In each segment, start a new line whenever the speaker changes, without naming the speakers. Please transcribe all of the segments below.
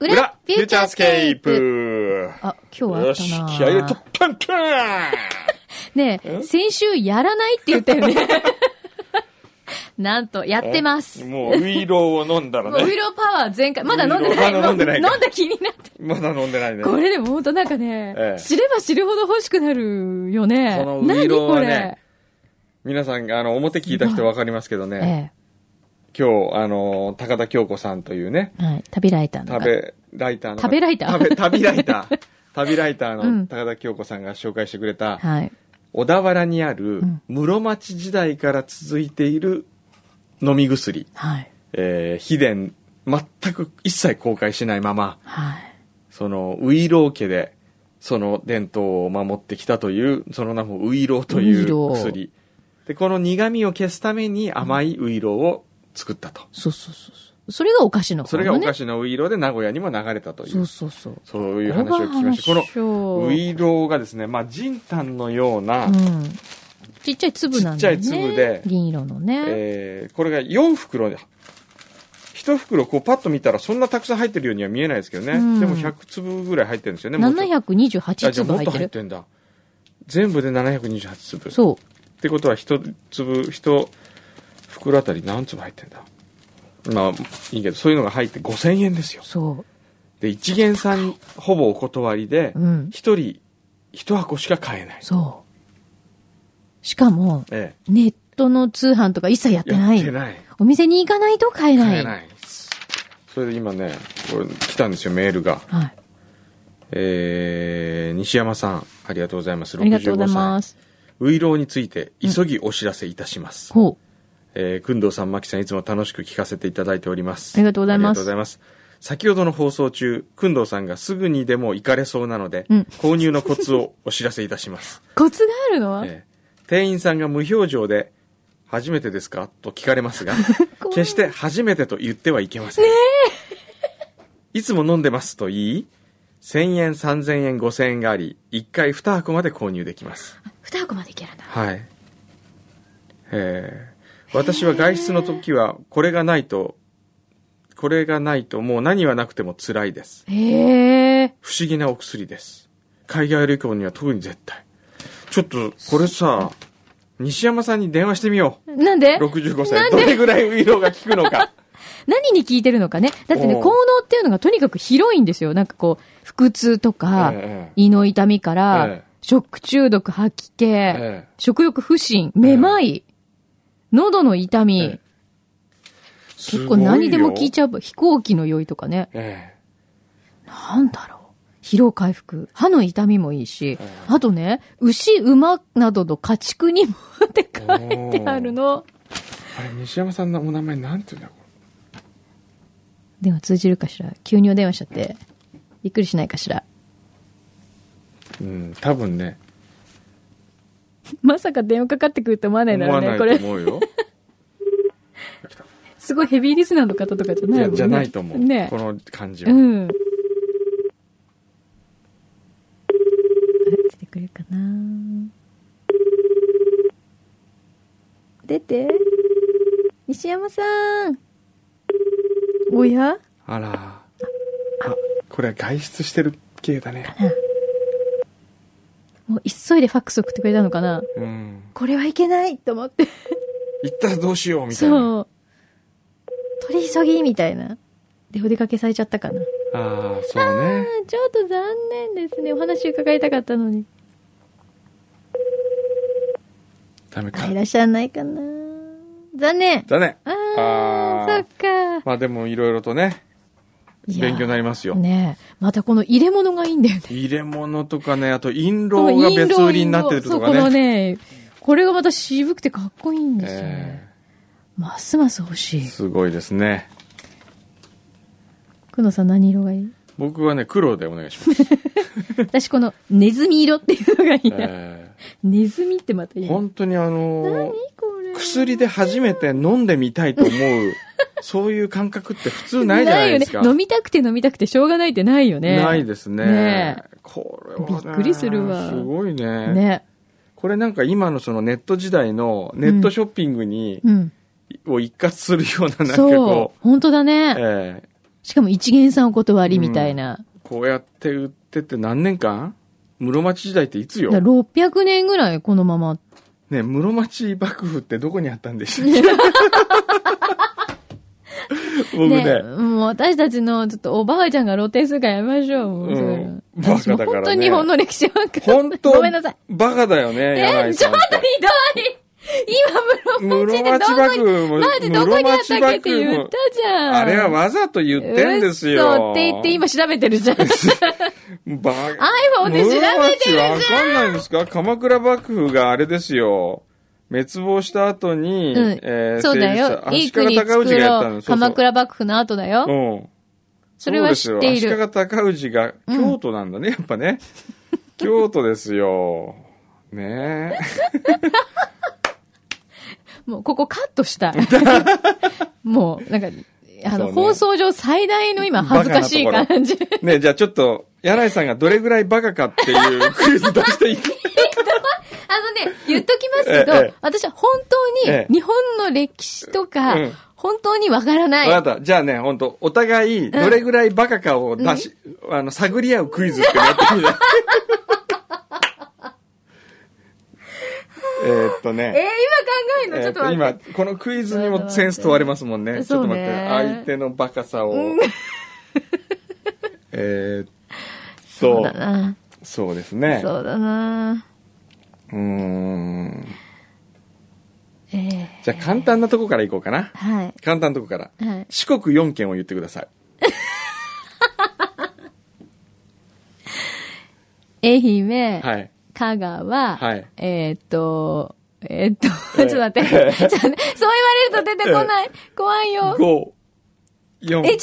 裏フューチャースケープ
あ、今日はあ
よ
った
し、気
な
合入れとったんたん
ねえ、先週やらないって言ったよ ね。なんと、やってます。も
もう、ウイローを飲んだ
う、
ら
ウィ
ね。
ローパワー全開。まだ飲んでない。
ウイローまだ飲んでない
もう飲んだ気になって。
まだ飲んでないね。
これでも本当なんかね、
ええ
知れば知るほど欲しくなるよね。
このウイローはね
何こ
皆さん、あの、表聞いた人わかりますけど
れ
ね、
え
今日、あの、高田京子さんというね、
え。はい。旅ライターの方。
食べライターの。
食べライター
食べ旅ライタ ー。旅ライター
う
の
ん
高田京子さんが紹介してくれた、
はい。
小田原にある
うん
室町時代から続いている飲み薬、
はい。
えー、秘伝全く一切公開しないまま
はい。
そのウイロー家でその伝統を守ってきたというその名もウイローとい
ウイロ
う
ー
薬でこの苦味を消すために甘いウイローを作ったと、
そうそうそうそう。それがお菓子の方
そ
の
れが
ね。
お菓
子
子のウイローで名古屋にも流れたという
そうそうそう。
そういう話を聞きましたこの
の
ウイローがですねまあ仁丹のような、
うん。ちっちゃい粒なんだよね。
ちっちゃい粒で
銀色のね。
えーこれが4袋で1袋こうパッと見たらそんなたくさん入ってるようには見えないですけどね、
うん
でも100粒ぐらい入ってるんですよねもうちょっと
728
あじゃあ
粒
もっ
入っ
と
て
入っ
る。
てんだ全部で728粒
そ
ってことは1粒1袋あたり何粒入ってんだまあいいけどそういうのが入って5000円ですよ
う、そ
で一元さんほぼお断りで
う、う
1、
ん
人1箱しか買えない、
そう。しかも、
え
ネットの通販とか一切やっ
え
てな
やっ
い
て。ない
お店に行かないと買え
買
な
え
い。
ないそれで今ねこれ来たんですよメールが
はい。
えー西山さん、ありがとうございます。
ありがとうござい
65
ま
歳。
す。
ウイローについて、急ぎお知らせいたします。
ほ
えー、くんどうさん、まきさん、いつも楽しく聞かせていただいております。
ありがとうございます
ありがとうございます。先ほどの放送中、くんどうさんがすぐにでも行かれそうなので、
うん
購入のコツをお知らせいたします
う。。コツがあるの
えー店員さんが無表情で、初めてですかと聞かれますが、
怖い
決して初めてと言ってはいけません。いつも飲んでますと言い、1000円、3000円、5000円があり、1回2箱まで購入できます。
二箱までいけるんだ。
はい。えー私は外出の時は、これがないと、これがないともう何はなくても辛いです。
へえ。
不思議なお薬です。海外旅行には特に絶対。ちょっと、これさ、西山さんに電話してみよ
なんで
う。65
な
歳。
ん
ど
で
れぐらいウイローが効くの か。
何に効いてるのかね。だってね、
おう
効能っていうのがとにかく広いんですよ。なんかこう、腹痛とか、
ええ
胃の痛みか
え
ら
え、
食中毒、吐き気、
え
食欲不振、めまい、喉の痛み、
ええ
結構何でも聞い
ゃ
ちゃう。飛行機の酔いとかね。
う。え
なんだろう。疲労回復。歯の痛みもいいし
ええ、
あとね、牛、馬などの家畜にもって
え
書いてある。の。
おーあれ、西山さんのお名前なんて言うんだろ
電話通じるかしら急にお電話しちゃって。びっくりしないかしら
う。うん、多分ね。
まさか電話かかってくると思わないだ
思
ろ
わな
うね。
い
ことれ、
思うよ。
すごいヘビーリスナーの方とかじゃない
や
いも んね。
じゃないと思う、
ね
この感じは、
うん。あ出てくれるかな出て。西山さん。おや
あらあこれは外出してる系だね
もう急いでファックス送ってくれたのかな
うん
これはいけないと思って。
行ったらどうしようみたいな
そう。取り急ぎみたいな。で、お出かけされちゃったかな。
ああそうね
あちょっと残念ですね。お話伺いたかったのに。
ダメか
あいらっしゃらないかな残念
だね
あ
あ
あ
ー
そっか。
まあでもいろいろとね
いや
勉強になりますよ、
ねえ。またこの入れ物がいいんだよね。
入れ物とかねあと印
こ
籠が
の印籠
別売りになってると
そうこ
か
の
ね
ね、これがまた渋くてかっこいいんですよね。
え
ますます欲し
ー
い。
すごいですね
くのさん何色がいい
僕はね黒でお願いします、
私このネズミ色っていうのがいいな。
え
ネズミってまたい
ー
い。何
本当にあのー
これ。
薬で初めて飲んでみたいと思うそういう感覚って普通ないじゃないですか
よね。飲みたくて飲みたくてしょうがないってないよね。
ないですね。
ね
これはね
びっくりするわ
すごいね。
ね。
これなんか今のそのネット時代のネットショッピングに、
うん。
を一括するようななんか
そ
こ
う。本当だ
う、
ね。
ええ
しかも一元さんお断りみたいな。
こうやって売ってて何年間室町時代っていつよ
だから600年ぐらいこのまま。
ね室町幕府ってどこにあったんでしたっけ 僕ね
もう私たちのちょっとおばあちゃんが露呈するからやめましょう。もうそれ
うんバカだからね
私も本当に日本の歴史は
本当
ごめんなさい。
バカだよね、柳
え、
井
ち
さ
ょっ
ん
と
っ
ひど
て。
い今室町
室町幕
でど
府も
こに、マジどこにあったっけって
室町幕府も
言ったじゃん。
あれはわざと言ってんですよ。
そうって言って今調べてるじゃ ん。
バ
iPhone で調べてるじゃん
室町わかんないんですか鎌倉幕府があれですよ。滅亡した後に、
うん
えー
そうだよ。いい
成立した足利
国作
尊氏がやった
ろ
の
う。鎌倉幕府の後だよ。
そううん。
それは知ってい
そうですよ
る。
足利尊氏が京都なんだね、やっぱね。京都ですよ。ね
もうここカッ トしたい。もう、なんか、あ
そ
の、
うね
放送上最大の今恥ずかしい感じ。
え。ねえじゃあちょっと、柳井さんがどれぐらいバカかって いうクイズ出していい
あのね、言っときますけど、
ええ
私は本当
え
に
え
日本の歴史とか、
うん
本当にわからない。
わかった。じゃあね、本当お互い、どれぐらいバカかを出し、あの、探り合うクイズってなってみた。 えーっと
えー、
ね。
今考え
え
るのち
ー
ょ
っ
っ
と
と待っ
今、
て。
このクイズにもセンス問われますもんね。ち
そ
ょっ
う
と
ね
待って、相手のバカさを。 えーっ
そう
と
だ、な。
そうですね。
そうだな。
うーん。
ええ
じゃあ簡単なとこからいこうかな。
はい。
簡単なとこから。
はい。
四国4県を言ってください。
愛媛、
はい。
香川、
はい
えーっと、えーっと、
え
ちょっ と待って。ちょっと待ってそう言われると出てこない。怖いよ。
5、4、
え、ちょっと待って、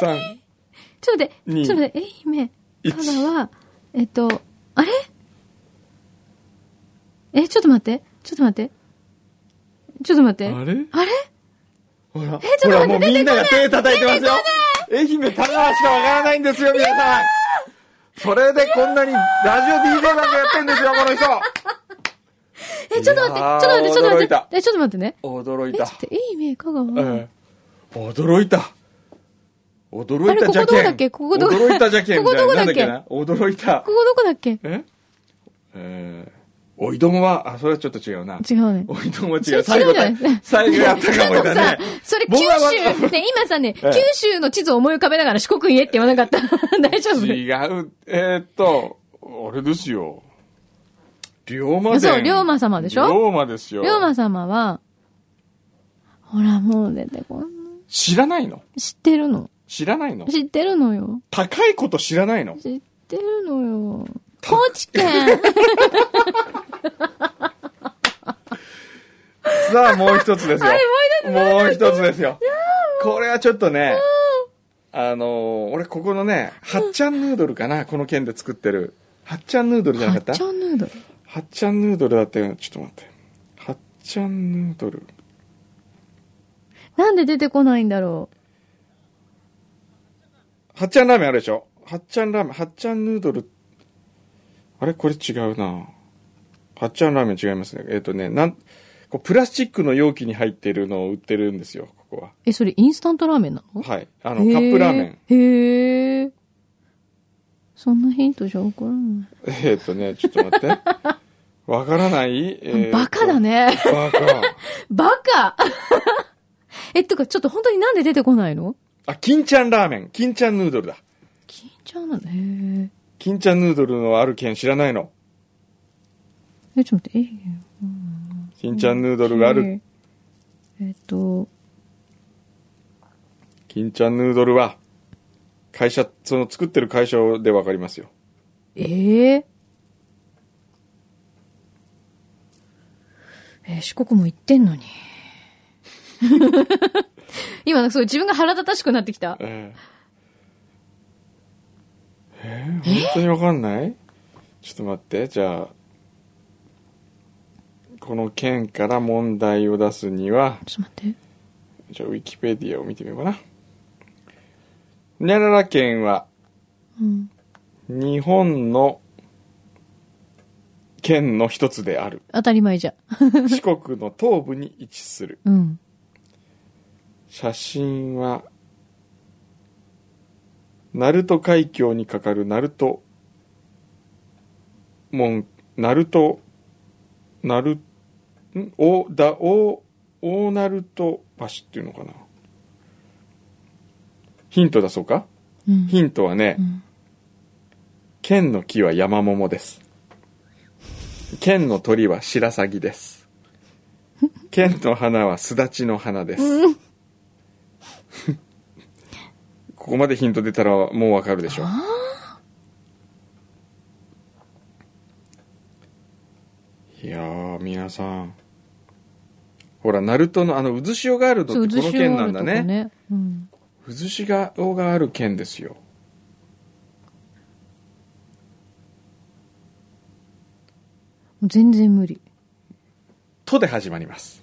それ。
3、
ちょっと待って、
に
ちょっと待って、愛媛、
一
香川、えーっと、あれえ、ちょっと待って、ちょっと待って。ちょっと待って。
あれ
あれ
ほら、ほ
ちょっと待って
らもうみんなが手叩いてますよ愛媛、香川しかわからないんですよ、皆さんそれでこんなにラジオ DJ なんかやってんですよ、この人
え、ちょっと待
いやー
って、ちょっと待って、ちょっと
驚いた
待って。え、ちょっと待ってね。
驚い
え、ちょ
た
っ。と、愛媛、香川、
うん驚いた。驚いたじゃ
あれここ
け
どこ
ん。
だっけここどこ
驚いたじゃけんみたいな。
ここど
な
こだ
ん
っ
だっけ
け
な驚いた
こ。こどこだっけ
ええー、おいどんは、あ、それはちょっと違うな。
違うね。
おいどんは
そ
違
れ
う。最
違
後
うじゃない
だ、最後やったかも
でも
だ
さ
ね。、
それ九
僕はわ
州、ね、今さね、
ええ
九州の地図を思い浮かべながら四国言えって言わなかった。 大丈夫
違う。えーっと、あれですよ。龍馬伝
そう龍馬様でしょ
龍馬ですよ。
龍馬様は、ほらもう出てこん。
知らないの
知ってるの
知らないの
知ってるのよ。
高いこと知らないの
知ってるのよ。高知県
さあ、もう一つ ですよ。もう一つですよ。これはちょっとね、あのー、俺ここのね、はっちゃんヌードルかな、この県で作ってる。はっちゃんヌードルじゃな
八
かった
丁ヌードル。
はっちゃんヌードルだったよ。ちょっと待って。はっちゃんヌードル。
なんで出てこないんだろ
はっちゃんラーメンあるでしょはっちゃんラーメン、はっちゃんヌードル。あれこれ違うなはっちゃんラーメン違いますね。えっ、とね、なん、こうプラスチックの容器に入ってるのを売ってるんですよ、ここ
う。え、それインスタントラーメンな
は。
の
はい。あの、カップラーメン。
へーへー。そんなヒントじゃわからな
えーっとね、ちょっと待って。わからない、えー
い。
と
バカだ。ね。
バカ。
バカ え、ってか、ちょっと本当になんで出てこないの
あ、金ちゃんラーメン。金ちゃんヌードルだ。
緊張なんだ。へえ。
金ちゃんヌードルのある県知らないの。
え、ちょっと待って、え
金ちゃんヌードルがある。。
えっと、
金ちゃんヌードルは、会社、その作ってる会社でわかりますよ。
えええー四国も行ってんのに。 今、なんかそう自分が腹立たしくなってきた。
えー、えー本当にわかんないちょっと待って、じゃあ、この県から問題を出すには、
ちょっと待って。
じゃあ、ウィキペディアを見てみようかな。ニャララ県は、
うん。
日本の県の一つである。
当たり前じゃん。
四国の東部に位置する。
うん。
写真は、鳴門海峡に架かる鳴門門、鳴門、鳴門、ん大、だ、大、大鳴門橋っていうのかな。ヒントだそうか
うん。
ヒントはね、
うん
剣の木は山桃です。剣の鳥は白鷺です。剣の花はすだちの花です。 ここまでヒント出たらもうわかるでしょう。いやー、皆さん。ほら、ナルトのあの、渦潮がある
そ
のっ
う、
てこの県なんだ
渦潮あるとこ
ね。
ね。うん。
渦潮がある県ですよ。
全然無理。
とで始まります。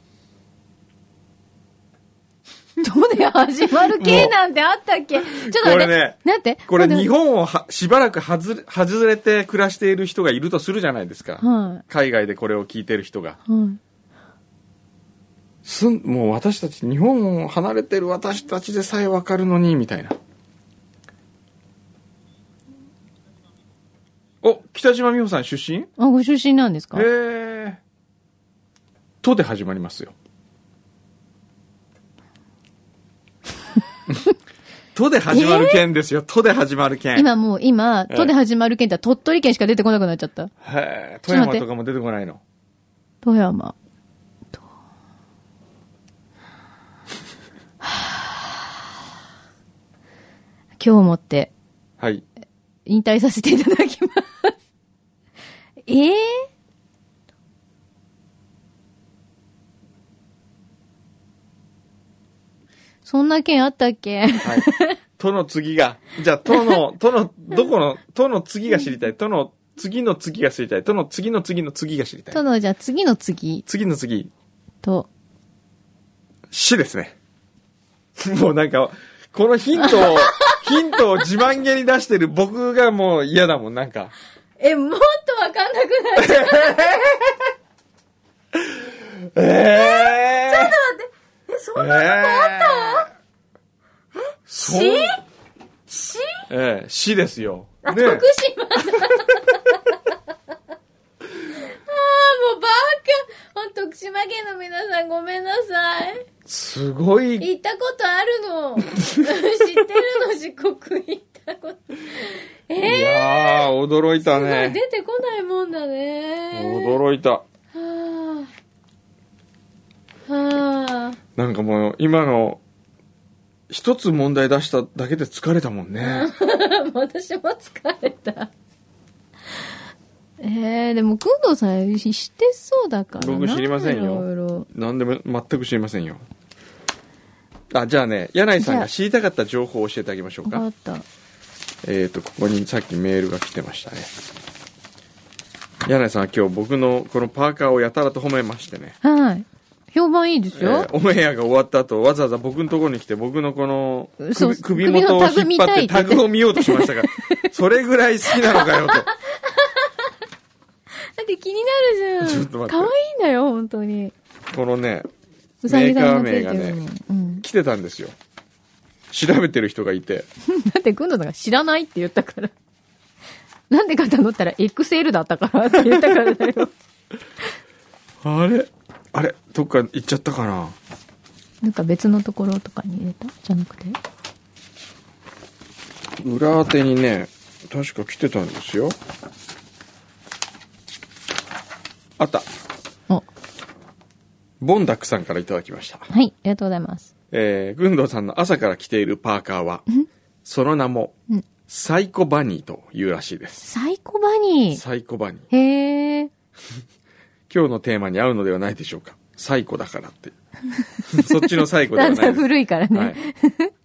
どうで始まる系なんてあったっけちょっと待って。
これね
なんて
これ
待って
日本をはしばらく外れ外れて暮らしている人がいるとするじゃないですか。
は
海外でこれを聞いてる人が。
い。はい。
すん、もう私たち、日本を離れてる私たちでさえわかるのに、みたいな。お、北島美穂さん出身
あ、ご出身なんですか
へえ。とで始まります よ。とで始まる県ですよ。とで始まる県。
今もう、今、
ええ
都で始まる県って鳥取県しか出てこなくなっちゃった。
へえ、
ちょ
富
っと待
山
って
とかも出てこないの。
富山。と今日をもって
はい。
引退させていただきます。ええそんな県あったっけ
はい。 との次が、じゃあ、との、との、どこの、との次が知りたい。との次の次が知りたい。との次の次の次が知りた
と
い。
の、じゃあ次の次
次の次、
と。
死ですね。 もうなんか、このヒントを、ヒントを自慢げに出してる僕がもう嫌だもん、なんか。
え、もっとわかんなくなっちゃう
ええー、
え、そ
えあった死
し、
ええ死ですよ。 ね
徳島だ。ああ、もうバカ。徳島県の皆さんごめんなさい。
すごい
行ったことある の。知ってるの、四国行ったこと。え
い
え
やー、驚いた
すごい
ね。
出てこないもんだね。
驚いた。
はあ。はあ。
なんかもう、今の、一つ問題出しただけで疲れたもん ね。
私も疲れた。えー、でも、工藤さんし知ってそうだからな。
僕知りませんよ
いろいろ
なんでも、全く知りませんよ。あ、じゃあね、柳井さん
じゃ
が
あ
知りたかった情報を教えてあげましょう
わか
か。
った。
えっ、と、ここにさっきメールが来てましたね。柳井さんは今日僕のこのパーカーをやたらと褒めましてね。
はい。評判いいです
え
よ。
ーオンエアが終わった後、わざわざ僕のところに来て、僕のこの
そう
首、首元を引っ
首のタグ見
張った
い
て
って言
タ
って
グを見ようとしました から、それぐらい好きなのかよと。
だって気になるじゃん。
ちょっと待って
可愛いんだよ、本当に。
このね、
うさぎさんがついてるの
メーカー名が
うん。
来てたんですよ。調べてる人がいて。
だって、くんどさんが知らないって言ったから。なんでかと思ったら、XL だったからって言ったからだよ。
あれあれどっか行っちゃったか な
なんか別のところとかに入れたじゃなくて。
裏当てにね、確か来てたんですよ。あった。
お、
ボンダックさんからいただきました。
はい、ありがとうございます。
えー、軍藤さんの朝から着ているパーカーは、その名も
うん、
サイコバニーというらしいです。
サイコバニー。
サイコバニー。
へえ。
今日のテーマに合うのではないでしょうか。サイコだからって。 そっちのサイコでは
だ
なんいです
だん。古いからね。
はい。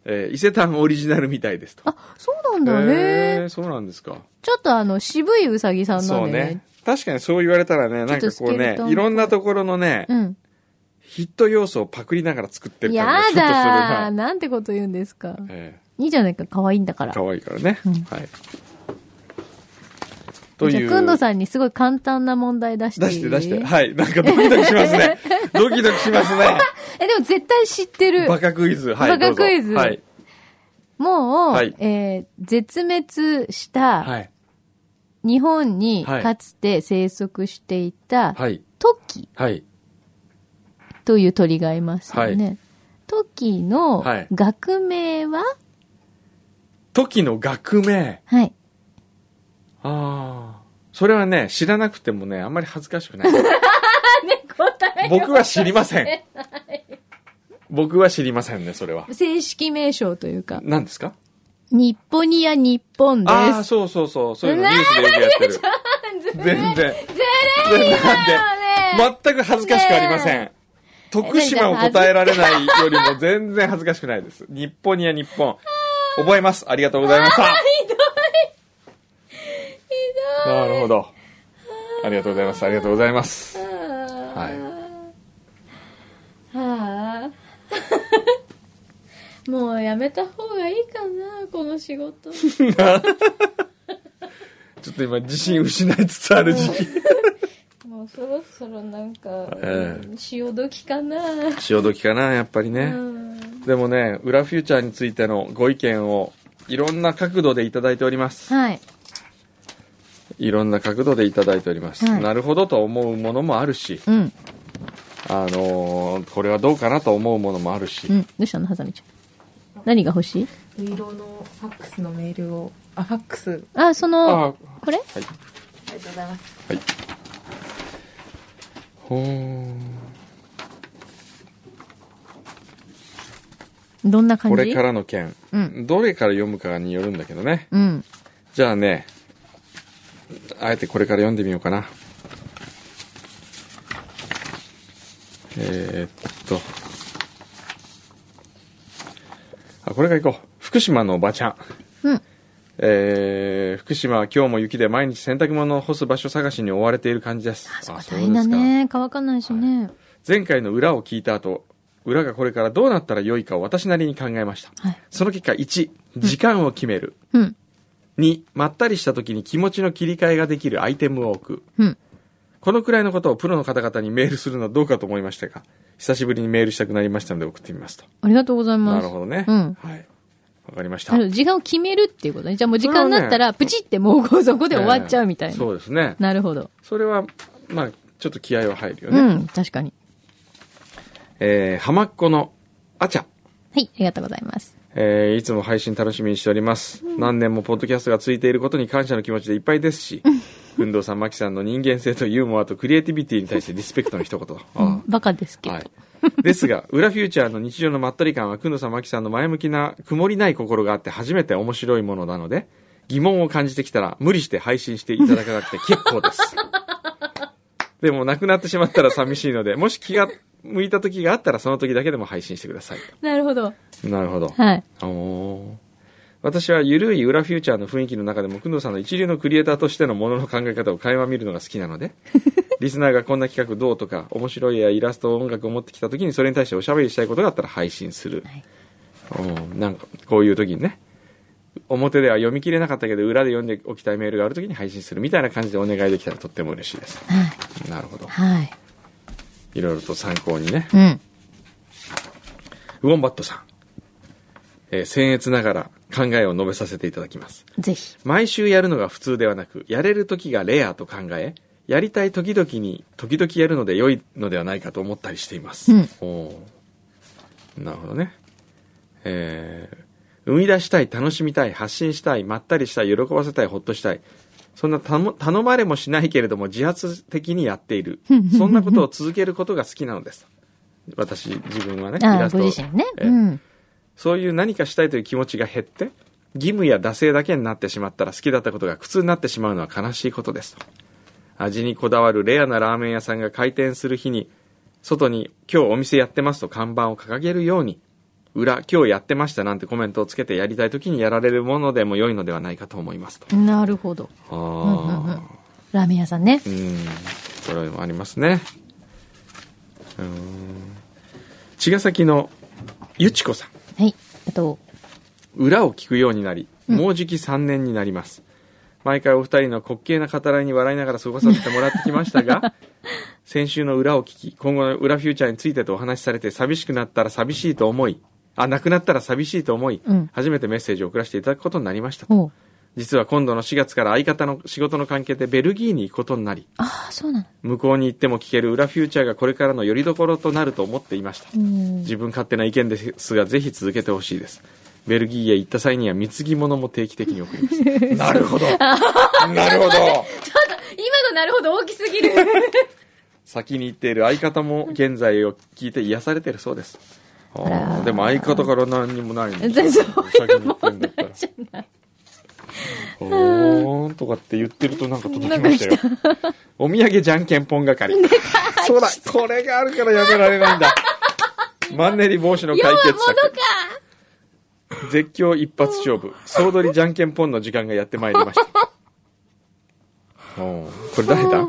えー伊勢丹オリジナルみたいですと。
あ、そうなんだ。
へ
へ
ー
え。
そうなんですか。
ちょっとあの、渋いうさぎさんな
そ
ん
う
で
ね
ね。。
確かにそう言われたらね、なん
ち
か
ょっと
こう
スケル
ね
トンっ、ぽい
いろんなところのね、
うん。
ヒット要素をパクりながら作ってる
や
感じがちょっとする
だ
な。
ーなんてこと言うんですか。
え
いいじゃないか、可愛いんだか
え
ら。
可愛いからね。
うん
はい。と
じゃ
い
あ、
う。
くんどさんにすごい簡単な問題出していい
出して出して。はい。なんかドキドキしますね。ドキドキしますね。
え、でも絶対知ってる。
バカクイズ。はい。
バカ
どうぞ
クイズ
はい。
もう、
はい
えー絶滅した
はい。
日本に
はい
かつて生息していた
はい。
トキ
はい。
という鳥がいますよね。
は
トキの
はい
学名は、
時の学名。
はい、
ああ。それはね、知らなくてもね、あんまり恥ずかしくない。
答
僕は知りません。僕は知りませんね、それは。
え正式名称というか、
何ですか
日本ニア日本で
ああ、
す。
そうそうそう。そういうのニュースでよくやってる。全然。ずるい
ね
全く恥ずかしくありません。徳島を答えられないよりも全然恥ずかしくないです。日本には日本。覚えます。ありがとうございました。なるほど。ありがとうございます。ありがとうございます。
はい。はあ。 もうやめた方がいいかな、この 仕事。
ちょっと今自信失いつつある時期。
もうそろそろなんか、
え
潮時かな。
潮時かな、やっぱり
う
ね。
ん
でもね、裏フューチャーについてのご意見をいろんな角度でいただいております。
はい。
いろんな角度でいただいております。
はい
なるほどと思うものもあるし、
うん。
あのーこれはどうかなと思うものもあるし、
うん。どうしたのハサミちゃん。何が欲しい
ウイロのファックスのメールを、あ、ファックス。あり
あ、そ
あ
の、これ
はい。
がとうございます。
ほーん
どんな感
こ
じ
れからの件、
うん。
どれから読むかによるんだけどね。
うん。
じゃあね、あえてこれから読んでみようかな。えーっと。あ、これから行こう。福島のおばちゃん。
うん。
えー、福島は今日も雪で毎日洗濯物を干す場所探しに追われている感じです。
あ、そこ
あ
大変だ
か。
ね。乾かないしね。
前回の裏を聞いた後、裏がこれからどうなったらよいかを私なりに考えました。
はい。
その結果、1、時間を決める。
うん。
2、まったりした時に気持ちの切り替えができるアイテムを置く。
うん。
このくらいのことをプロの方々にメールするのはどうかと思いましたが、久しぶりにメールしたくなりましたので送ってみますと。
ありがとうございます。
なるほどね。
うん
はい。わかりました。
あの、時間を決めるっていうことね。じゃあもう時間になった
それは
ら、プチってもうこうそこで終わっちゃうみたい
え
な。
ーそうですね。
なるほど。
それは、まあ、ちょっと気合は入るよね。
うん、確かに。
えー、浜っ子のあちゃ。
はい、ありがとうございます。
えーいつも配信楽しみにしております。何年もポッドキャストがついていることに感謝の気持ちでいっぱいですし、 運動さん、まきさんの人間性とユーモアとクリエイティビティに対してリスペクトの一言。あ
バカです
あ
けど。
はい。ですが、裏フューチャーの日常のまったり感は、くんどさん、まきさんの前向きな、曇りない心があって初めて面白いものなので、疑問を感じてきたら、無理して配信していただかなくて結構です。でも、なくなってしまったら寂しいので、もし気が向いた時があったら、その時だけでも配信してください。
なるほど。
なるほど。
はい。
おー私はゆるい裏フューチャーの雰囲気の中でも、工藤さんの一流のクリエイターとしてのものの考え方を垣間見るのが好きな ので、リスナーがこんな企画どうとか、面白いやイラスト、音楽を持ってきた時に、それに対しておしゃべりしたいことがあったら配信する。
はい
うんなんか、こういう時にね、表では読み切れなかったけど、裏で読んでおきたいメールがある時に配信するみたいな感じでお願いできたらとっても嬉しいです。
はい。
なるほど。
はい。
いろいろと参考にね。
うん。
ウォンバットさん。えー僭越ながら考えを述べさせていただきます。
ぜひ。
毎週やるのが普通ではなく、やれる時がレアと考え、やりたい時々に、時々やるので良いのではないかと思ったりしています。
うん
おーなるほどね。えー生み出したい、楽しみたい、発信したい、まったりしたい、喜ばせたい、ほっとしたい。そんな頼頼まれもしないけれども自発的にやってい る。そんなことを続けることが好きなのです。私、自分はね、イ
あ
ラ
あ、
スト
ご自身ね。
えー
うん。
そういう何かしたいという気持ちが減って、義務や惰性だけになってしまったら好きだったことが苦痛になってしまうのは悲しいことですと。味にこだわるレアなラーメン屋さんが開店する日に、外に今日お店やってますと看板を掲げるように、裏今日やってましたなんてコメントをつけてやりたい時にやられるものでも良いのではないかと思いますと。
なるほど。
あ
うんうん
あ、
ラーメン屋さんね
う。ん、それもありますね。うーん。茅ヶ崎のゆちこさん。
はい。あと、
裏を聞くようになりもうじき3年になります、毎回お二人の滑稽な語らいに笑いながら過ごさせてもらってきました が、先週の裏を聞き、今後の裏フューチャーについてとお話しされて、寂しくなったら寂しいと思い、あ、なくなったら寂しいと思い、
うん
初めてメッセージを送らせていただくことになりましたと。
おう
実は今度の4月から相方の仕事の関係でベルギーに行くことになり、
ああ、そうな
向こうに行っても聞ける裏フューチャーがこれからの拠り所となると思っていました。
の。
自分勝手な意見ですが、ぜひ続けてほしいです。ベルギーへ行った際には貢ぎ物も定期的に送ります。 なるほど。なるほど。
今のなるほど大きすぎる。
先に行っている相方も現在を聞いて癒されてるそうです。あー
らー
でも相方から何にもないのに
全然そう
先
いう
に行ってん
問
だった
題
ら
じゃない。
おーんとかって言ってる となんか届きましたよ。お土産じゃんけんぽん係。そうだ、これがあるからやめられないんだ。マンネリ防止の解
要はも
決
の
策。
か
絶叫一発勝負。総取りじゃんけんぽんの時間がやってまいりました。おーこれ誰だ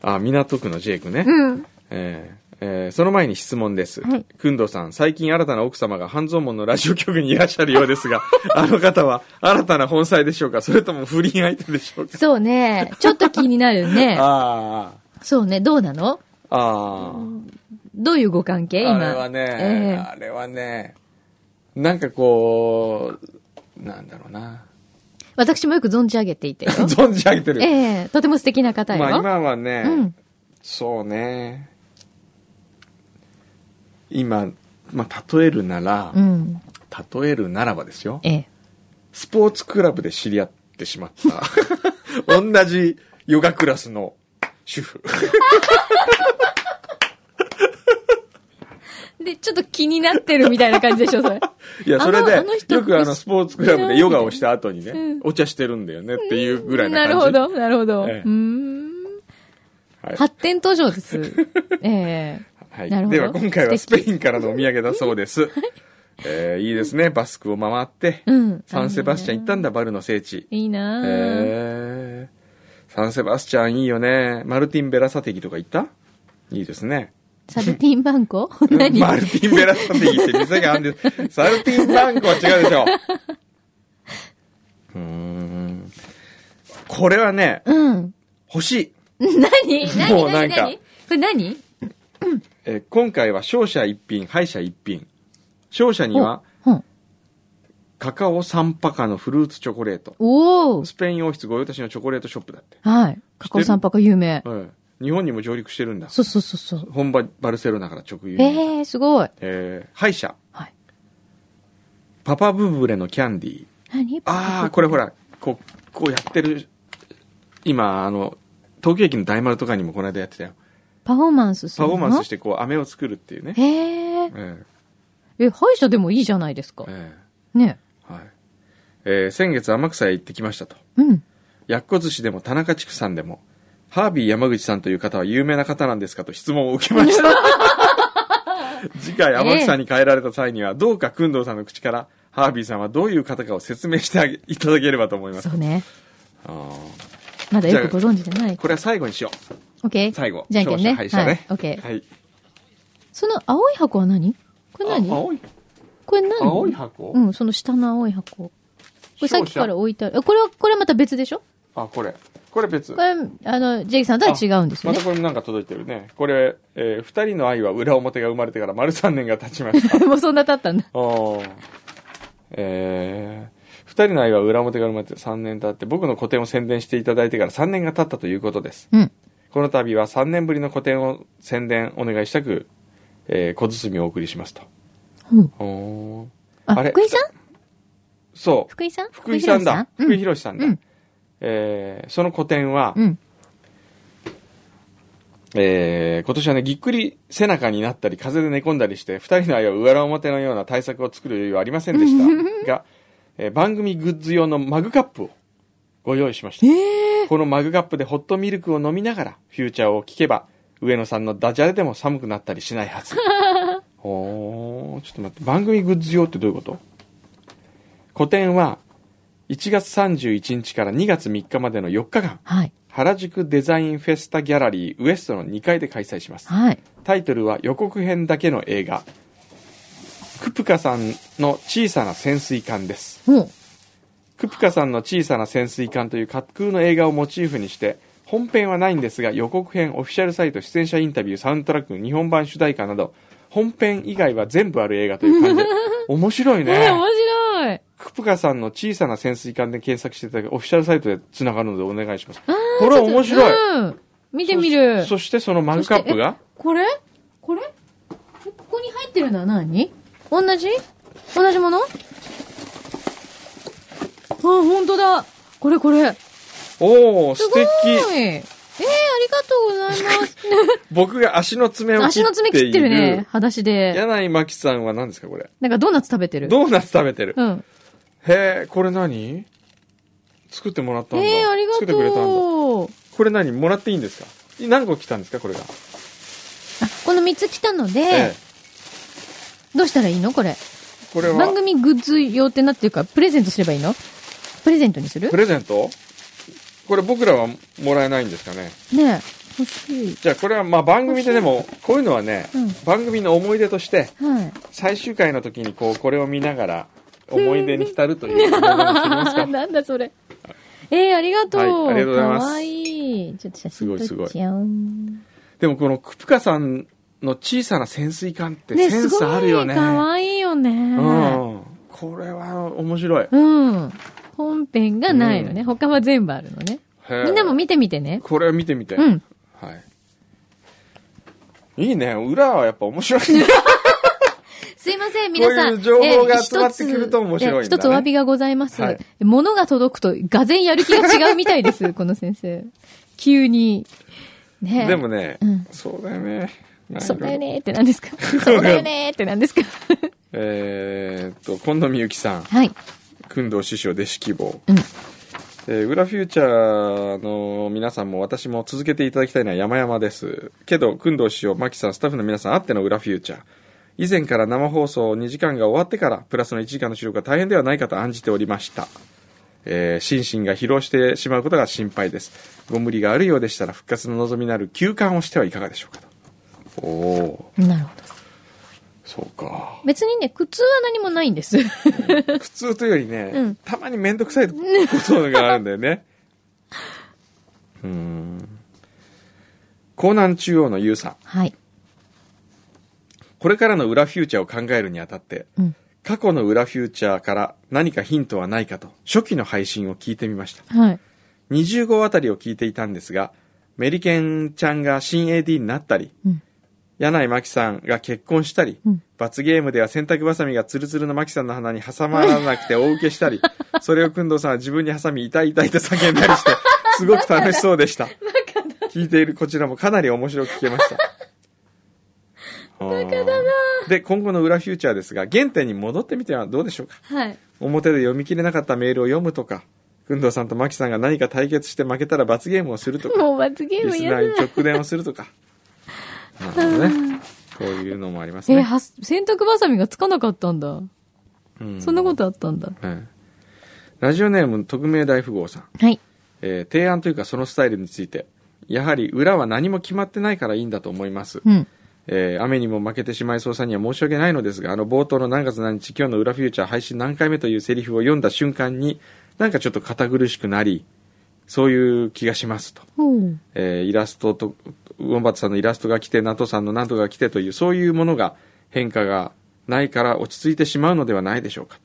あ、港区のジェイクね。
うん。
えーえーその前に質問です。
はい
くんどさん、最近新たな奥様が半蔵門のラジオ局にいらっしゃるようです が、あの方は新たな本妻でしょうかそれとも不倫相手でしょうか
そうね。ちょっと気になるね。
あ
そうね。どうなの
あ、ああ。
どういうご関係今。
あれはね、
ええ
あれはね、なんかこう、なんだろうな。
私もよく存じ上げていて よ。
存じ上げてる。
ええとても素敵な方よ。
まあ今はね、
うん。
そうね、今、まあ例えるなら、
うん。
例えるならばですよ、
ええ
スポーツクラブで知り合ってしまった、 同じヨガクラスの主婦。
で、ちょっと気になってるみたいな感じでしょ、それ。
いや、それで
あのあの、人
よくあの、スポーツクラブでヨガをした後にね
うん、
お茶してるんだよねっていうぐらいな
な
感じ。
るほど、なるほど。
ええ
うーん。
はい。
発展途 上です。ええ
はい、
なるほ
で
ど
は今回はス
素
ペ
敵
インからのお土産だそう です。えーいいですね。バスクを回って、
うん
サンセバスチャン行ったんだ、バルの聖地。
いいなぁ。
えー、サンセバスチャンいいよね。マルティン・ベラサテギとか行ったいいですね。
サルティンバンコ
マル
何
ティン・ベラサテギって店があるん です。サルティン・バンコは違うでしょ。うーん。これはね、
うん。
欲しい。
何何
もうなん
何
か
何これ何
えー今回は勝者一品、敗者一品。勝者には、
うん
カカオサンパカのフルーツチョコレート。
おー
スペイン王室御用達のチョコレートショップだって。
はい。カカオ散歩が有名。
うん日本にも上陸してるんだ。
そうそうそうそう。
本場バルセロナから直輸入。
ええすごい。
えー歯医者。
はい
パパブブレのキャンディー。
何
ああ、これほら、こう、こうやってる、今、あの、東京駅の大丸とかにもこの間やってたよ。
パフォーマンスす
パ
る
フ
の
ォーマンスしてこう、飴を作るっていうね。
へえ。
え
え、歯医者でもいいじゃないですか
ー。え
ね。
ーはい。えー先月天草へ行ってきましたと。
うん。
やっこ寿司でも田中畜さんでも、ハービー山口さんという方は有名な方なんですかと質問を受けま した。次回天口さんに帰られた際には、どうか工藤さんの口から、ハービーさんはどういう方かを説明してあげいただければと思います。
そうね。
あー
まだよくご存知じゃない。
これは最後にしよう。
オッケー。
最後。
じゃんけんね。
勝者敗者ね。
はい。オッケー。
はい。
その青い箱は何これ
あ
何
青い、
これ何
青い箱、
うん、その下の青い箱。これさっきから置いてある。えこれは、これはまた別でしょ
あ、これ。これ別。
これ、あの、ジェイさんとは違うんですよ
ま
ね
た。これもなんか届いてるね。これ、えー二人の愛は裏表が生まれてから丸三年が経ちました。
もうそんな経ったんだ。
ああ。えー二人の愛は裏表が生まれて3年経って、僕の個展を宣伝していただいてから3年が経ったということです。
うん。
この度は3年ぶりの個展を宣伝お願いしたく、えー、小包をお送りしますと。
うん
おー
あ、福井さん
そう。
福井さん
福井さんだ。
福
福
井
井
博
博さんだ。
うん
えーその個展は、
さんうん。
えー今年はね、ぎっくり背中になったり、風邪で寝込んだりして、二人の愛は裏表のような対策を作る余裕はありませんでしたが、えー番組グッズ用のマグカップをご用意しました。このマグカップでホットミルクを飲みながら、フューチャーを聞けば、上野さんのダジャレでも寒くなったりしないはず。おーちょっと待って、番組グッズ用ってどういうこと個展は、1月31日から2月3日までの4日間、
はい。
原宿デザインフェスタギャラリーウエストの2階で開催します
はい。
タイトルは予告編だけの映画「クプカさんの小さな潜水艦」です
も
クピカさんの小さな潜水艦という架空の映画をモチーフにして、本編はないんですが、予告編、オフィシャルサイト、出演者インタビュー、サウンドトラック、日本版主題歌など、本編以外は全部ある映画という感 じで、面白い
えー、
ね
面。白い。
クプカさんの小さな潜水艦で検索していただくオフィシャルサイトで繋がるのでお願いします。これは面白い。
い。うん。見てみる。
そしてそのマグカップが
これこれえここに入ってるのは何同じ同じものあ、ほんとだ。これこれ。
おお
す
素
ごい。
敵
えー、ありがとうございます。
僕が足の爪を切ってい
足
る
の爪切ってるね。裸足で。
柳巻さんは何ですかこれ
なんかドーナツ食べてる。
ドーナツ食べてる、
うん。
へえこれ何作ってもらったんだ、
えー、ありが
作ってくれたんだ
とう。
これ何もらっていいんですか何個来たんですかこれが
あ、この3つ来たので、
ええ
どうしたらいいのこれ。
これは
番組グッズ用ってなってるから、プレゼントすればいいのプレゼントにする
プレゼントこれ僕らはもらえないんですかね
ねえ。欲しい。
じゃあこれはまあ番組ででもこういうのはね、
うん
番組の思い出として
はい。
最終回の時にこうこれを見ながら思い出に浸るというものにしてみます か
なんだそれ。えー、ありがとう。
はいありがとうございます
かわいい。ちょっと写
すご
真
いす
撮
ごい
っちゃおう。
でもこのクプカさんの小さな潜水艦って
ね、
センスあるよね。
すごい。かわいいよね。
うん。これは面白い。
うん。本編がないのね。他は全部あるのね。
へえ
みんなも見てみてね。
これは見てみて。
うん。
はい。いいね。裏はやっぱ面白いね。
すいません、皆さ
こう
ん。
いう情報が集まってくると面白いんだね
えー一つえー一つお詫びがございます。
はい
物が届くと、がぜんやる気が違うみたいです、この先生。急に。ねえ
でもね、
うん
そうだよね。まあ
そうだよ。ねーって何です かそうだよ ねーって何ですか
えーっと、今野美幸さん、
はい。
訓導師匠弟子希望。
うん
えー、裏フューチャーの皆さんも私も続けていただきたいのは山々です。けど、工藤師匠、マキさん、スタッフの皆さんあっての裏フューチャー。以前から生放送2時間が終わってから、プラスの1時間の収録が大変ではないかと案じておりました。えー心身が疲労してしまうことが心配です。ご無理があるようでしたら、復活の望みのある休館をしてはいかがでしょうかと。おお
なるほど。
そうか。
別にね、苦痛は何もないんです。
苦痛というよりね、
うん
たまに面倒くさいことがあるんだよね。うーん。江南中央のゆうさん。
はい。
これからの裏フューチャーを考えるにあたって、
うん。
過去の裏フューチャーから何かヒントはないかと、初期の配信を聞いてみました。
はい。
20号あたりを聞いていたんですが、メリケンちゃんが新 AD になったり、
うん
柳井真紀さんが結婚したり、
うん
罰ゲームでは洗濯バサミがツルツルの真紀さんの鼻に挟まらなくて 大受けしたり、それを工藤さんは自分に挟み痛い痛いと叫んだりして、すごく楽しそうでした。聞いているこちらもかなり面白く聞けました。で、今後の裏フューチャーですが、原点に戻ってみてはどうでしょうか
はい。
表で読み切れなかったメールを読むとか、くんどうさんとまきさんが何か対決して負けたら罰ゲームをするとか、
もう罰ゲー
リ
ム
ス
や
ナ
だ。
ーに直電をする とか。なるほどね。こういうのもあります
えー、
ね。
は、洗濯バサミがつかなかったんだ。
うん
そんなことあったんだ。
うんラジオネーム匿名大富豪さん、
はい。
えー提案というかそのスタイルについて、やはり裏は何も決まってないからいいんだと思います。
うん。
えー雨にも負けてしまいそうさんには申し訳ないのですが、あの冒頭の何月何日、今日の裏フューチャー配信何回目というセリフを読んだ瞬間に、なんかちょっと堅苦しくなり、そういう気がしますと。
ほう。
えーイラストと、ウォンバットさんのイラストが来て、ナトさんのナトが来てという、そういうものが変化がないから落ち着いてしまうのではないでしょうか。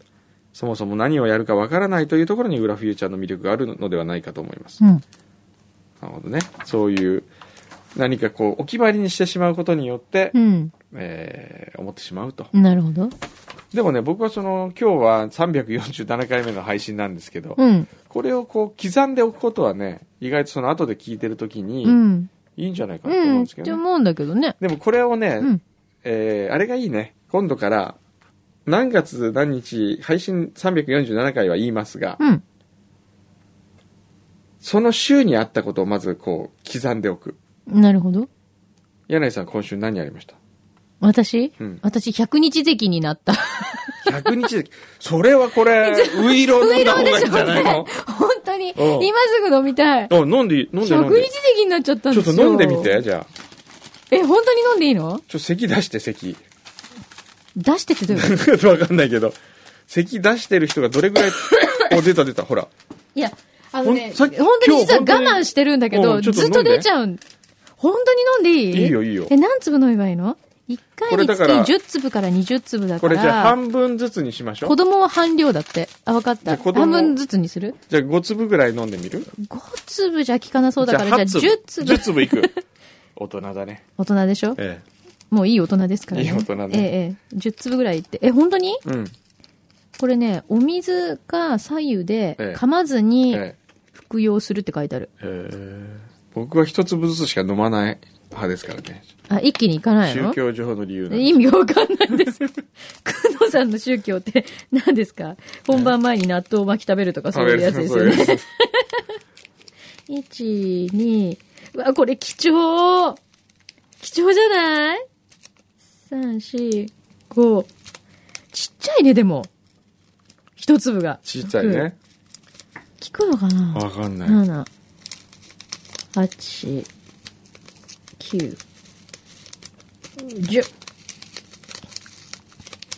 そもそも何をやるかわからないというところに裏フューチャーの魅力があるのではないかと思います。
うん。
なるほどね。そういう、何かこう、置き去りにしてしまうことによって、
うん。
えー思ってしまうと。
なるほど。
でもね、僕はその、今日は347回目の配信なんですけど、
うん。
これをこう、刻んでおくことはね、意外とその後で聞いてるときに
う、ん。
いいんじゃないかなと
う
思うん
ん。っ
ですけど、
て
ね
思うんだけどね。
でもこれをね、
うん。
えーあれがいいね。今度から、何月何日、配信347回は言いますが、
うん。
その週にあったことをまずこう、刻んでおく。
なるほど。
柳井さん今週何やりま した
私、
うん
私、100日席になった。
?100 日で、それはこ れ、ウイロー飲んだ方がいいんじゃないの
本当に、
うん
今すぐ飲みたい。
あ、飲んでいい、飲んで飲ん
100
で
日。席になっちゃったん
ちょ
で
っ
すよ。
と飲んでみ。て、じゃあ。
え、本当に飲んでいい
ち
の
ょっと咳出して、咳。
出してってどういうこ
わかんないけど。咳出してる人がどれぐらいお、出た出た、ほら。
いや、あのね、
ほんさ
本
っき
当に実は
今日本当に
我慢してるんだけ
う
ど、
んちょっと
ず
飲
っ
んで
と出ちゃうん。本当に飲んでいい
いいよいいよ
え、何粒飲めばいいの ?1
これ
回に
だ
つ
か
き
ら
10粒から20粒だか
これじゃあ
ら、
半分ずつにしましょう
子。供は半量だって。あ、わかっ
じゃあ
た。
子供
半分ずつにする
じゃあ5粒ぐらい飲んでみる
?5 粒じゃ効かなそうだから、じゃあ10
8
粒。
10粒いく。大人だね。
大人でしょ
え
もういい大人ですからね。
いい大人ね
ええ、ええ。10粒ぐらいいって。え、本当に
え。うん。
これね、お水か左右で
ええ
噛まずに
え
服用するって書いてある。
ええー僕は1粒ずつしか飲まない派ですからね。
あ、一気にいかないの
宗教上の理由なんで
意味がわかんないです。 工藤さんの宗教って何ですか本番前に納豆巻き食べるとかそういうやつです
食
よ
べるそう
ね
いう。
一、二、うわ、これ貴重貴重じゃない三、四、五。ちっちゃいね、でも。一粒が。
ちっちゃいね。
効くのかな
わかんない。
7、8、9、10。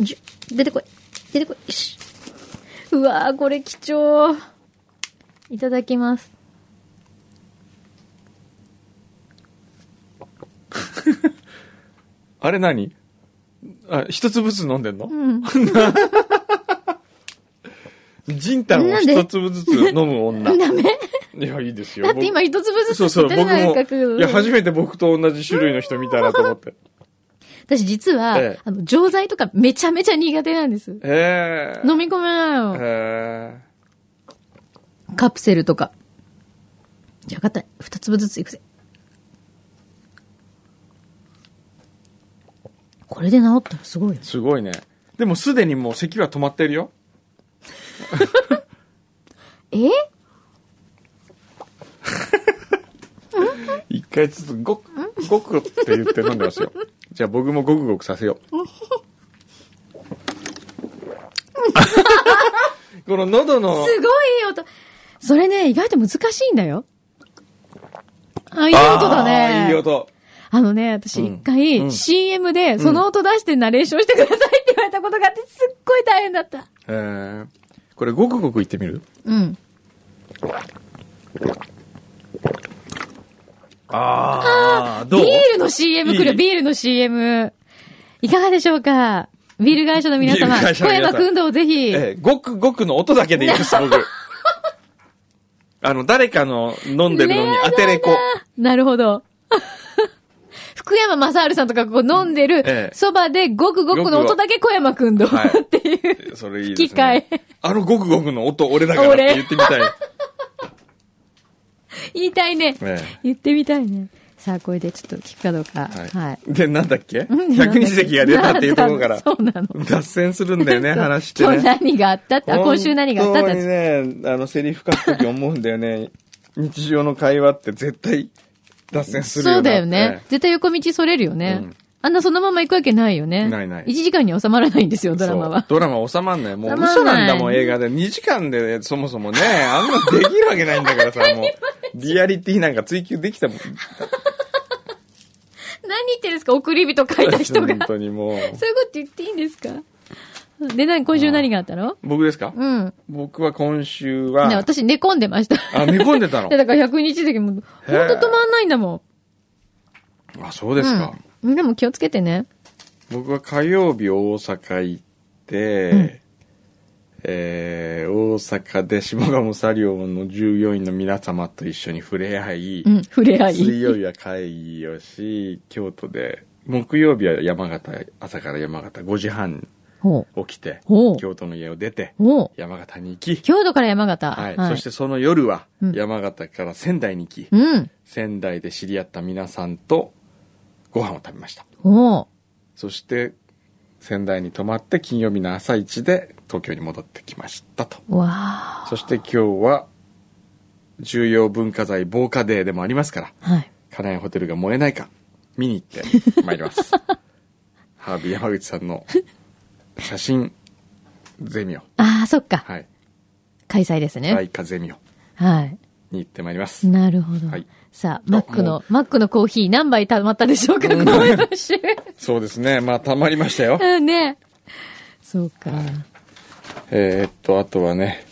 10出てこい。出てこい。よし。うわー、これ貴重。いただきます。
あれ何あ、一粒ずつ飲んでんの
うん。
ジンタンを
なんで
一粒ずつ飲む女。
ダメ
いや、いいですよ。
だって今一粒ず
僕、そう
つ
そう、
取
僕
れない
も、
かく
いや、初めて僕と同じ種類の人見たなと思 って。
私実は、
ええ
あの、錠剤とかめちゃめちゃ苦手なんです。
ええ
飲み込めないの。
え
カプセルとか。じゃあ、分かった。二粒ずついくぜ。これで治ったらすごいよ
ー。すごいね。でもすでにもう咳は止まってるよ。
え
一回ずつごく、ごくって言って飲んでます よ。じゃあ僕もごくごくさせよう。 この喉の、
すごいいい音。それね、意外と難しいんだよ。あ、いい音だ
あ
ね。
ーいい音。
あのね、私
うん
一回、
うん
CM でその音出してナレーションしてくださいって言われたことがあって、すっごい大変だった。
えー、これごくごく言ってみる
うん。
ああ、どう
ビールの CM 来
いい
る、ビールの CM。いかがでしょうかビール会社の皆
ビー
様、
ル会社の
小
皆さん
山くんどをぜひ。
ええ、ごくごくの音だけでいいです、僕。あの、誰かの飲んでるのに当てれこ。
なるほど。 福山雅治さんとかこう飲んで
え
る
え、
そばでごくごくの音だけ小山くんど
はい
っていう。
それいい
ですね機械
あのごくごくの音、俺だからって言ってみたい。
言いたいね。
え
言ってみたいね。さあ、これでちょっと聞くかどうか。
え
はい。
で、なんだっけ
うん
百人席が出たっていうところから。
そうなの。
脱線するんだよね、話して
今日
ね。
何があったって、あ今週何があったって
本当に。ね、あの、セリフ書くとき思うんだよね。日常の会話って絶対脱線するよ
そ
な
う
って
だよね。。絶対横道それるよね。
うん
あんなそのまま行くわけないよね。
ないない
1時間に収まらないんですよ、ドラマ
そう
は。
ドラマ収まんない。もう
収まんない
嘘なんだもん、映画で。2時間でそもそもね、あんなできるわけないんだから さ、もう。リアリティなんか追求できたもん。
何言ってるんですか送り人書いた人が。そういう
本
こ
当にもう。
と言っていいんですかで、な今週何があったの
僕ですか
うん。
僕は今週
ね、
は、
私寝込んでました。
あ、寝込んでたの
で、だから100日時も、ほんと止まんないんだも
あ、そうですか。
ん。うん。でも気をつけてね。
僕は火曜日大阪行って、
うん
えー大阪で下鴨サリオンの従業員の皆様と一緒に触れ合い、
うん。触れ合い。
水曜日は会議をし、京都で、木曜日は山形、朝から山形5時半
ほう。
起きて、
ほう。
京都の家を出て、
ほう。
山形に行き、
京都から山形。
はい、そしてその夜は
うん
山形から仙台に行き、
うん。
仙台で知り合った皆さんとご飯を食べました。
ほう。
そして仙台に泊まって金曜日の朝一で東京に戻ってきましたと。
わ
そして今日は重要文化財防火デーでもありますから、
ー。はい。
金谷ホテルが燃えないか見に行ってまいります。ハービー山口さんの写真ゼミを、
ああ、そっか。
はい、
開催ですね。
外貨ゼミを
はい。
に行ってまいります。
なるほど。
はい
さあ、マック
も
の、マックのコーヒー何杯溜まったでしょうか、この今週。
そうですね。まあ、たまりましたよ。
うんね。そうか。
えーっと、あとはね、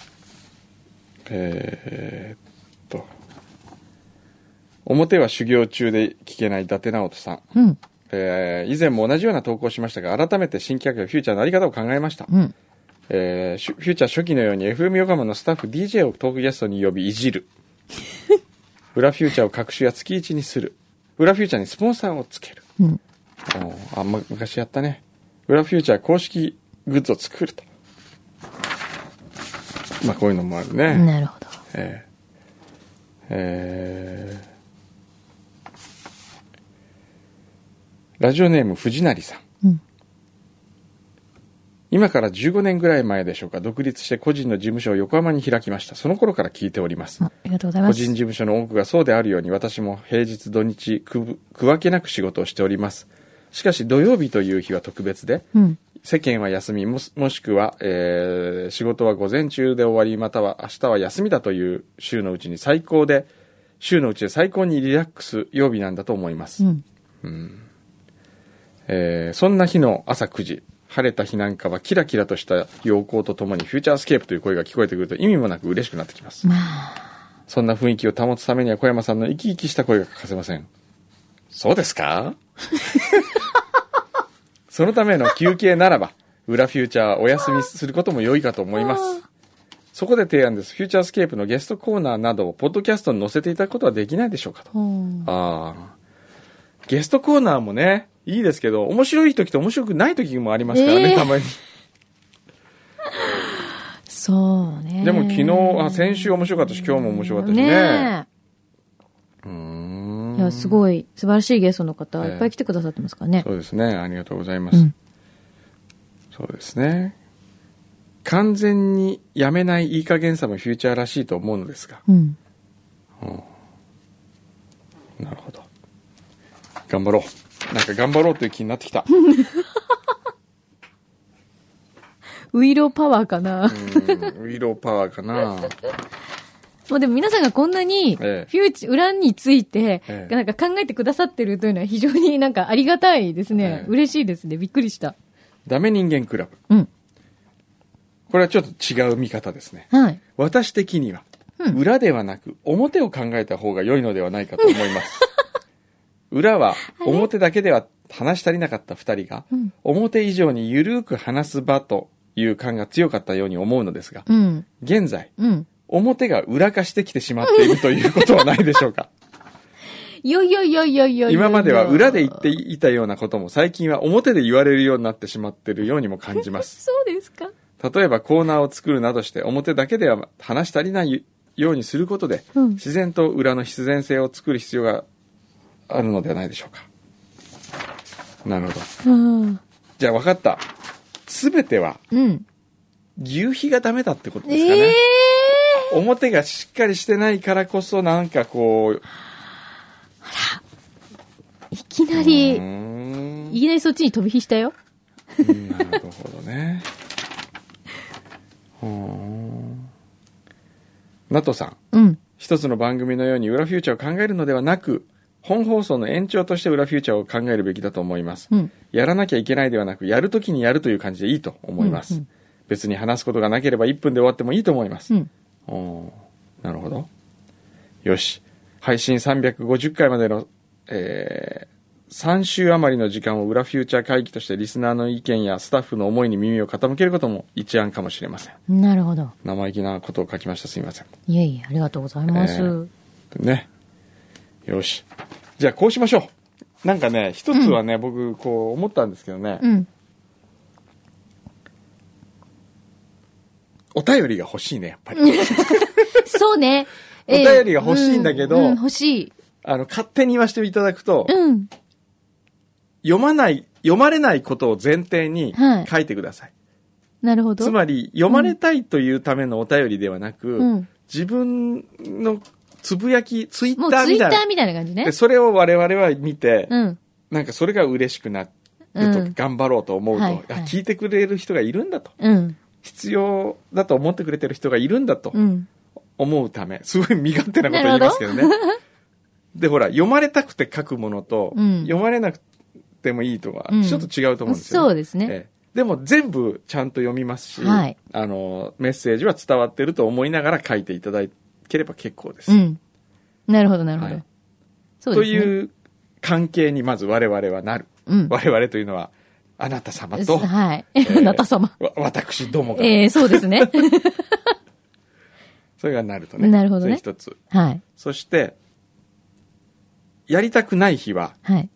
えーっと。表は修行中で聞けない伊達直人さん。
うん。
えー以前も同じような投稿をしましたが、改めて新企画やフューチャーのあり方を考えました。
うん。
えーシュフューチャー初期のように FM ヨガマンのスタッフ DJ をトークゲストに呼びいじ る。裏フューチャーを各種や月一にする。裏フューチャーにスポンサーをつける。
うん。
おーあんま昔やったね。裏フューチャー公式グッズを作ると。まあこういうのもあるね。
なるほど。
えーえーラジオネーム藤成さん。
うん。
今から15年ぐらい前でしょうか、独立して個人の事務所を横浜に開きました。その頃から聞いております。
あありがとうございま
個
す。
人事務所の多くがそうであるように私も平日土日区分区分けなく仕事をしておりますしかし土曜日という日は特別で
うん。
世間は休みもしもしくは、えー仕事は午前中で終わりまたは明日は休みだという週のうちに最高で週のうちで最高にリラックス曜日なんだと思います、
うん。
えーそんな日の朝9時晴れた日なんかはキラキラとした陽光とともにフューチャースケープという声が聞こえてくると意味もなく嬉しくなってきます
まあ、
そんな雰囲気を保つためには小山さんの生き生きした声が欠かせません。そうです かそのための休憩ならば、裏フューチャーお休みすることも良いかと思います。そこで提案です。フューチャースケープのゲストコーナーなどをポッドキャストに載せていただくことはできないでしょうかと。
うん。
ああ。ゲストコーナーもね、いいですけど、面白い時と面白くない時もありますからね、
えー
たまに。
そうね。
でも昨日、あ、先週面白かったし、今日も面白かったしね。
ね
うー
え
ん
いや、すごい、素晴らしいゲストの方、
ええ
いっぱい来てくださってますからね
そ。うですね。ありがとうございます。
うん。
そうですね。完全にやめないいい加減さもフューチャーらしいと思うのですが。
うん。
なるほど。頑張ろう。なんか頑張ろうという気になってき た。
ウイローパワーかな。
うん、ウィローパワーかな。
まあでも皆さんがこんなに、フ
え
ュ
え
ーチ、裏について、
ええ
なんか考えてくださってるというのは非常になんかありがたいですね。
ええ
嬉しいですね。びっくりした。
ダメ人間クラブ。
うん。
これはちょっと違う見方ですね。
はい。
私的には、
うん
裏ではなく表を考えた方が良いのではないかと思い ます。裏は表だけでは話し足りなかった二人が、
うん。
表以上にゆるく話す場という感が強かったように思うのですが、
うん。
現在、
うん。
表が裏化してきてしまっているということはないでしょう か
よいよいよいよいよいよいよ
今までは裏で言っていたようなことも最近は表で言われるようになってしまっているようにも感じます。
そうですか。
例えばコーナーを作るなどして表だけでは話し足りないようにすることで、
うん
自然と裏の必然性を作る必要があるのではないでしょうかなるほど
うん。
じゃあ分かった全ては
うん。
牛皮がダメだってことですか
ええ
ね、表がしっかりしてないからこそなんかこう
いきな
う
り、
ーん
いきなりそっちに飛び火したよ。
うんなるほどね うーんナトさん
うん。
一つの番組のように裏フューチャーを考えるのではなく、本放送の延長として裏フューチャーを考えるべきだと思います。
うん。
やらなきゃいけないではなく、やるときにやるという感じでいいと思います。
うんうん
別に話すことがなければ1分で終わってもいいと思います。
うん。
おーなるほど。よし。配信350回までの、え3週余りの時間を裏フューチャー会議としてリスナーの意見やスタッフの思いに耳を傾けることも一案かもしれません。
なるほど。
生意気なことを書きました。すいません。
いえいえ、ありがとうございます。
ええね。よし。じゃあこうしましょう。なんかね、一つはね、僕、こう思ったんですけどね、
うん。
お便りが欲しいね、やっぱり。
そうね。
お便りが欲しいんだけど
ううん、欲しい。
あの、勝手に言わせていただくと、
うん。
読まない、読まれないことを前提に
はい
書いてください。
なるほど。
つまり、読まれたいというためのお便りではなく、
うん
自分のつぶやき、ツイ
も
ッ
う
ター
ツイ
み
ッ
たい
タ
な
ー。みたいな感じね
で。それを我々は見て、
うん。
なんかそれが嬉しくなって、
うん
頑張ろうと思うと、
はいはい
あ聞いてくれる人がいるんだと。
うん。
必要だと思ってくれてる人がいるんだと
うん。
思うため、すごい身勝手なこと言いますけどね。 で、ほら、読まれたくて書くものと、
うん
読まれなくてもいいとは
うん、
ちょっと違うと思うんですよ、
そうですね
ええでも全部ちゃんと読みますし、
はい
あの、メッセージは伝わってると思いながら書いていただければ結構です。
うん。なるほど、なるほど。
はい
そう
と
ですね。う、
いう関係にまず我々はなる。
うん。
我々というのは、あなた様と、
はい。
ー
あなた様。
わ私どもが、
ええそうです ね。
それがなるとね。
なるほどね
それ一つ。
はい。
そして、やりたくない日は、
はい。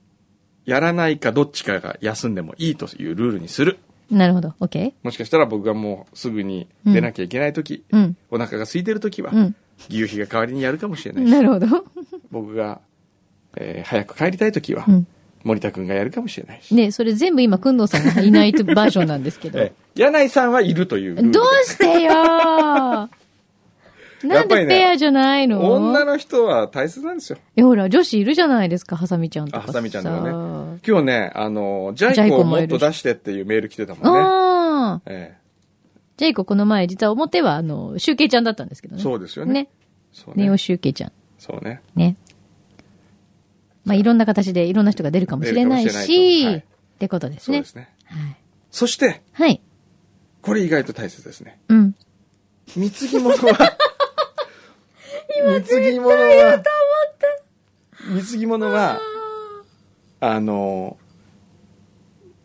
やらないかどっちかが休んでもいいというルールにする。
なるほど。OK?
もしかしたら僕がもうすぐに出なきゃいけない時、
うん。
お腹が空いてる時は、
うん。
牛皮が代わりにやるかもしれないし、
なるほど。
僕が、えー早く帰りたい時は、
うん。
森田くんがやるかもしれないし、
ねそれ全部今、くんどうさんがいないバージョンなんですけ ど。
ええ柳井さんはいるというルールで
どうしてよー
や
な
っ
ん
ぱりね
でペアじゃないの
女の人は大切なんですよ。
え、ほら、女子いるじゃないですか、ハサミちゃんとかさ。
あハサミちゃんとかね今日ね、あの、ジャイ
ジ
コ
ャイ
を
コ
も
もい
っ
るし
と出してっていうメール来てたもんね。
ああ。
ええ
ジェイコこの前、実は表は、あの、集計ちゃんだったんですけどね。
そううです
で
よね。
ね。
そう
ネ
ね
オ。集計ちゃん。
そうね。
ね。まあ、いろんな形でいろんな人が出るかもしれない
出るかもしれ
し、
ないとはい
ってことです
そう
ね
で。すね。
はい。
そして、
はい。
これ意外と大切ですね。
うん。
貢ぎ物 は、貢ぎ物は、貢ぎ物は、あの、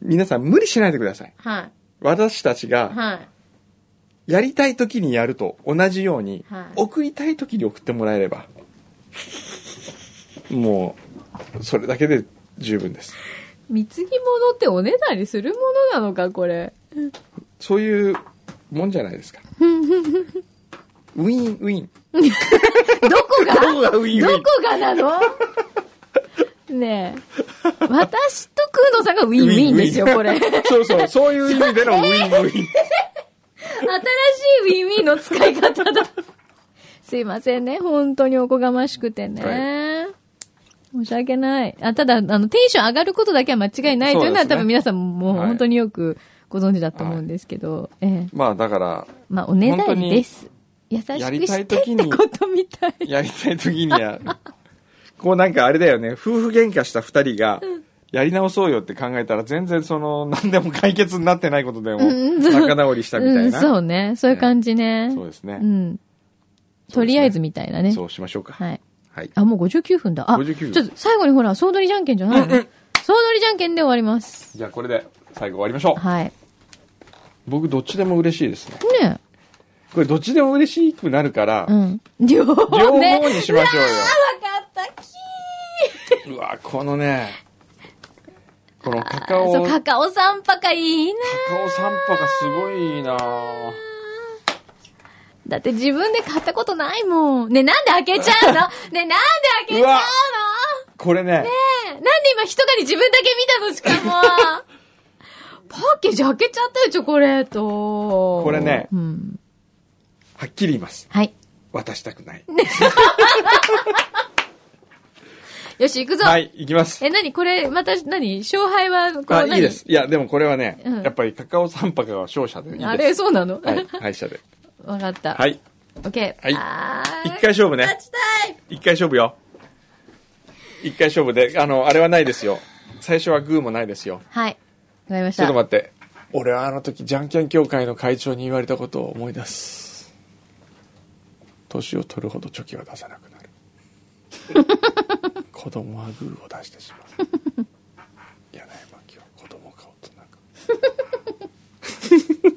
皆さん無理しないでください。
はい。
私たちが、
はい。
やりたい時にやると同じように、
はい
送りたい時に送ってもらえれ ば、もう、それだけで十分です。
貢ぎ物っておねだりするものなのか、これ。
そういうもんじゃない ですか。ウィンウィン。
どこが
どこがウィンウィ
ど
ン
こがなのねえ。私とクーノさんがウィンウィンですよ、これ。新し い
そうそう、そういう意味でのウィンウィン。
ウィンウィンの使い方だ。すいませんね。本当におこがましくてね。申し訳ない。あ、ただ、あの、テンション上がることだけは間違いないとい
そ
うのは
うですね
多分皆さんもう
はい
本当によくご存知だと思うんですけど、ええ。
まあだから、
まあ、おねだりです。優しく
やりた
し
い
てっ
時に
てことみたい。
やりたい時にやる。 こうなんかあれだよね、夫婦喧嘩した二人が、やり直そうよって考えたら全然その、何でも解決になってないことでも、
うん
仲直りしたみた
う
い
ん、
な。
そうね。そういう感じね。
そうですね
う。ん。とりあえずみたいなね。
そうしましょうか。
はい。
はい。
あ、もう59分だ。あ、
59分
ちょっと最後にほら、総取りじゃんけんじゃないの、
うんうん
総取りじゃんけんで終わります。
じゃあこれで最後終わりましょう。
はい。
僕どっちでも嬉しいですね。
ね
これどっちでも嬉しくなるから、
うん。両方
両
ね。
方にしましょうよ。
わかった。キ
うわ、このね、このカカ
ー
オ、
そう、
カ
カカオ三パかいいな。
カオ散歩がすごいな
だって自分で買ったことないもん。ね、なんで開けちゃ うのね、なんで開けちゃう
これね、
のねなんで今一かに自分だけ見たのし かも。パッケージ開けちゃったよ、チョコレート。
これね
うん。
はっきり言います。
はい。
渡したくない。
よし、行くぞ。
はい、いきます。
え、なにこれ、また、なに勝敗は、こ
あ、
れ何
いいです。。いや、でもこれはね、
うん
やっぱりカカオ三泊は勝者でいいです。
あれ、そうなのわ、
はい、敗者で。
かった。。
はいい、
オッケー。
はい
あー
一回勝負ね
勝ちたい
一回勝負よ。一回勝負で、あの、あれはないですよ。最初はグーもないですよ。
はい。わかりまし
ちょったと。待って。俺はあの時、じゃんけん協会の会長に言われたことを思い出す。年を取るほどチョキは出さなくな る。子供はグーを出してしまう。柳巻は子供か大人か。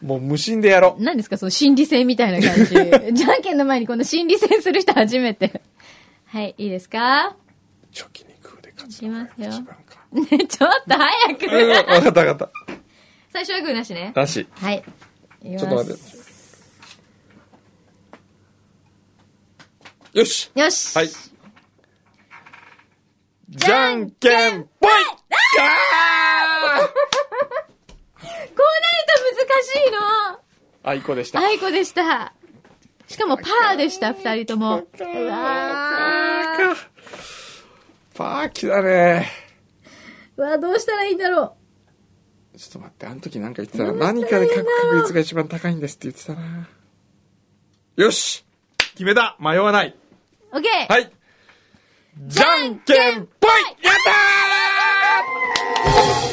もう無心でやろう。
何ですかその心理戦みたい な感じ。じゃんけんの前にこの心理戦する人初めて。はい、いいですか
チョキにグーで勝つのが
いきますよ
一番か。
ね、ちょっと早く。
うん、わかったわかった。
最初はグーなしね。
なし。
はい。ち
ちょっと待って。よし
よし。
はい。じゃんけんぽいあ
こうなると難しいの
ーあいこでした。
あいこでした。しかもパーでした、二人とも。
パー
うわー
か。パーキだね。
うわ、どうしたらいいんだろ
ちょっと待って、あの時なんか言ってたら、何かで書く確率が一番高いんですって言ってたな。よし決めた迷わない。
う。オッケー
はいじゃんけんぽいやったー
ー